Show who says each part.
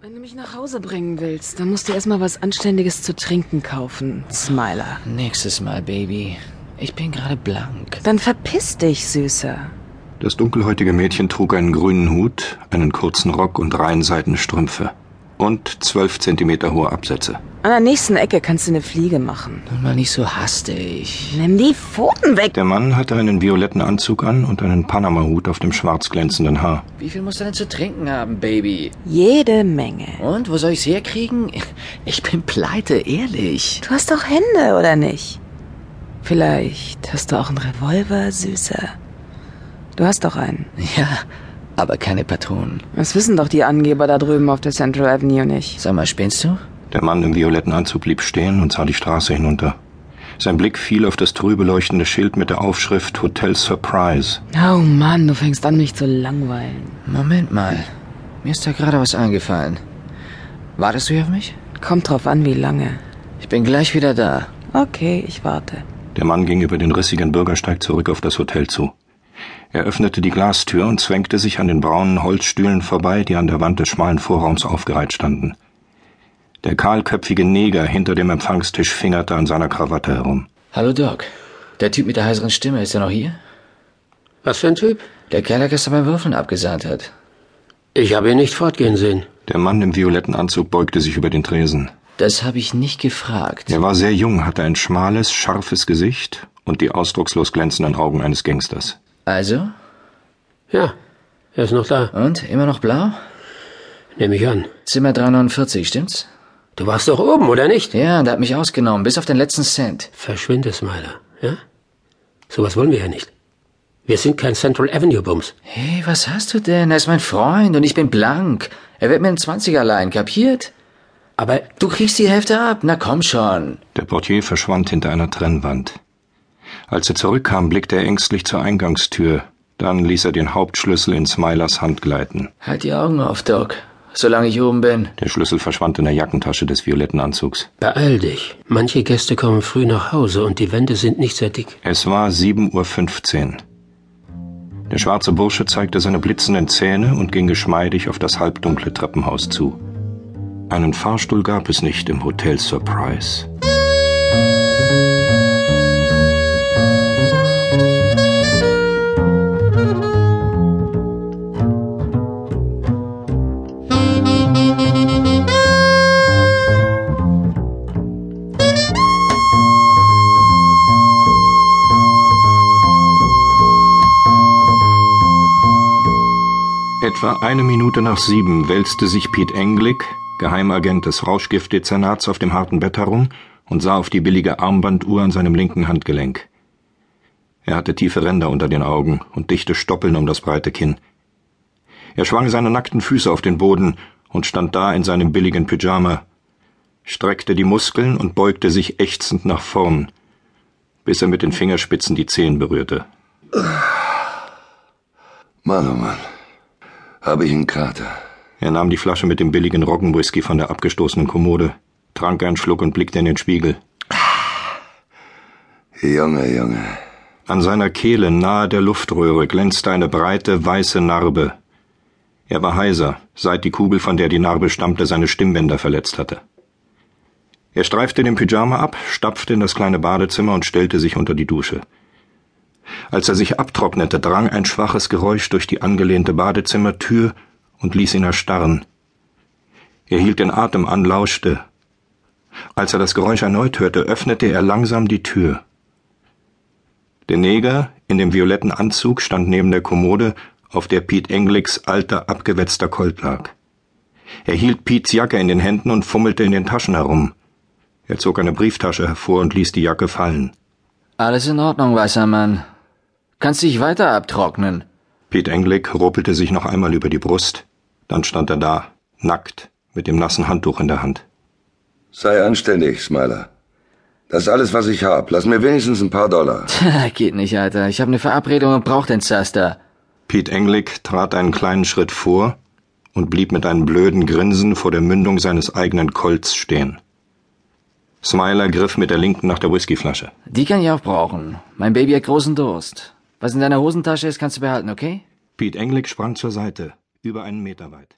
Speaker 1: Wenn du mich nach Hause bringen willst, dann musst du erstmal was Anständiges zu trinken kaufen, Smiler.
Speaker 2: Nächstes Mal, Baby. Ich bin gerade blank.
Speaker 1: Dann verpiss dich, Süßer.
Speaker 3: Das dunkelhäutige Mädchen trug einen grünen Hut, einen kurzen Rock und reinseitene Strümpfe. Und zwölf Zentimeter hohe Absätze.
Speaker 1: An der nächsten Ecke kannst du eine Fliege machen.
Speaker 2: Nun mal nicht so hastig.
Speaker 1: Nimm die Pfoten weg!
Speaker 3: Der Mann hatte einen violetten Anzug an und einen Panama-Hut auf dem schwarz glänzenden Haar.
Speaker 2: Wie viel musst du denn zu trinken haben, Baby?
Speaker 1: Jede Menge.
Speaker 2: Und, wo soll ich's herkriegen? Ich bin pleite, ehrlich.
Speaker 1: Du hast doch Hände, oder nicht? Vielleicht hast du auch einen Revolver, Süßer. Du hast doch einen.
Speaker 2: Ja, aber keine Patronen.
Speaker 1: Das wissen doch die Angeber da drüben auf der Central Avenue nicht.
Speaker 2: Sag mal, spinnst du?
Speaker 3: Der Mann im violetten Anzug blieb stehen und sah die Straße hinunter. Sein Blick fiel auf das trübe leuchtende Schild mit der Aufschrift Hotel Surprise.
Speaker 1: Oh Mann, du fängst an, mich zu langweilen.
Speaker 2: Moment mal. Mir ist da gerade was eingefallen. Wartest du hier auf mich?
Speaker 1: Kommt drauf an, wie lange.
Speaker 2: Ich bin gleich wieder da.
Speaker 1: Okay, ich warte.
Speaker 3: Der Mann ging über den rissigen Bürgersteig zurück auf das Hotel zu. Er öffnete die Glastür und zwängte sich an den braunen Holzstühlen vorbei, die an der Wand des schmalen Vorraums aufgereiht standen. Der kahlköpfige Neger hinter dem Empfangstisch fingerte an seiner Krawatte herum.
Speaker 2: Hallo, Doc. Der Typ mit der heiseren Stimme, ist er noch hier?
Speaker 4: Was für ein Typ?
Speaker 2: Der Kerl, der gestern beim Würfeln abgesahnt hat.
Speaker 4: Ich habe ihn nicht fortgehen sehen.
Speaker 3: Der Mann im violetten Anzug beugte sich über den Tresen.
Speaker 2: Das habe ich nicht gefragt.
Speaker 3: Er war sehr jung, hatte ein schmales, scharfes Gesicht und die ausdruckslos glänzenden Augen eines Gangsters.
Speaker 2: Also?
Speaker 4: Ja, er ist noch da.
Speaker 2: Und? Immer noch blau?
Speaker 4: Nehme ich an.
Speaker 2: Zimmer 349, stimmt's?
Speaker 4: Du warst doch oben, oder nicht?
Speaker 2: Ja, der hat mich ausgenommen, bis auf den letzten Cent.
Speaker 4: Verschwinde, Smiler, ja? Sowas wollen wir ja nicht. Wir sind kein Central Avenue Bums.
Speaker 2: Hey, was hast du denn? Er ist mein Freund und ich bin blank. Er wird mir einen 20er leihen, kapiert?
Speaker 4: Aber
Speaker 2: Du kriegst die Hälfte ab. Na komm schon.
Speaker 3: Der Portier verschwand hinter einer Trennwand. Als er zurückkam, blickte er ängstlich zur Eingangstür. Dann ließ er den Hauptschlüssel in Smilers Hand gleiten.
Speaker 2: Halt die Augen auf, Doc. Solange ich oben bin.
Speaker 3: Der Schlüssel verschwand in der Jackentasche des violetten Anzugs.
Speaker 4: beeil dich. Manche Gäste kommen früh nach Hause und die Wände sind nicht sehr dick.
Speaker 3: Es war 7.15 Uhr. Der schwarze Bursche zeigte seine blitzenden Zähne und ging geschmeidig auf das halbdunkle Treppenhaus zu. Einen Fahrstuhl gab es nicht im Hotel Surprise. Etwa eine Minute nach sieben wälzte sich Pete Englick, Geheimagent des Rauschgiftdezernats, auf dem harten Bett herum und sah auf die billige Armbanduhr an seinem linken Handgelenk. Er hatte tiefe Ränder unter den Augen und dichte Stoppeln um das breite Kinn. Er schwang seine nackten Füße auf den Boden und stand da in seinem billigen Pyjama, streckte die Muskeln und beugte sich ächzend nach vorn, bis er mit den Fingerspitzen die Zehen berührte.
Speaker 5: Mann, oh Mann, habe ich einen Kater.
Speaker 3: Er nahm die Flasche mit dem billigen Roggenwhisky von der abgestoßenen Kommode, trank einen Schluck und blickte in den Spiegel.
Speaker 5: Junge, Junge.
Speaker 3: An seiner Kehle nahe der Luftröhre glänzte eine breite, weiße Narbe. Er war heiser, seit die Kugel, von der die Narbe stammte, seine Stimmbänder verletzt hatte. Er streifte den Pyjama ab, stapfte in das kleine Badezimmer und stellte sich unter die Dusche. Als er sich abtrocknete, drang ein schwaches Geräusch durch die angelehnte Badezimmertür und ließ ihn erstarren. Er hielt den Atem an, lauschte. Als er das Geräusch erneut hörte, öffnete er langsam die Tür. Der Neger in dem violetten Anzug stand neben der Kommode, auf der Pete Englicks alter, abgewetzter Colt lag. Er hielt Pete's Jacke in den Händen und fummelte in den Taschen herum. Er zog eine Brieftasche hervor und ließ die Jacke fallen.
Speaker 2: Alles in Ordnung, weißer Mann. Kannst dich weiter abtrocknen.
Speaker 3: Pete Englick ruppelte sich noch einmal über die Brust, dann stand er da, nackt, mit dem nassen Handtuch in der Hand.
Speaker 5: Sei anständig, Smiler. Das ist alles, was ich hab. Lass mir wenigstens ein paar Dollar.
Speaker 2: Tja, geht nicht, Alter. Ich habe eine Verabredung und brauch den Zaster.
Speaker 3: Pete Englick trat einen kleinen Schritt vor und blieb mit einem blöden Grinsen vor der Mündung seines eigenen Colts stehen. Smiler griff mit der linken nach der Whiskyflasche.
Speaker 2: Die kann ich auch brauchen. Mein Baby hat großen Durst. Was in deiner Hosentasche ist, kannst du behalten, okay?
Speaker 3: Pete Englick sprang zur Seite, über einen Meter weit.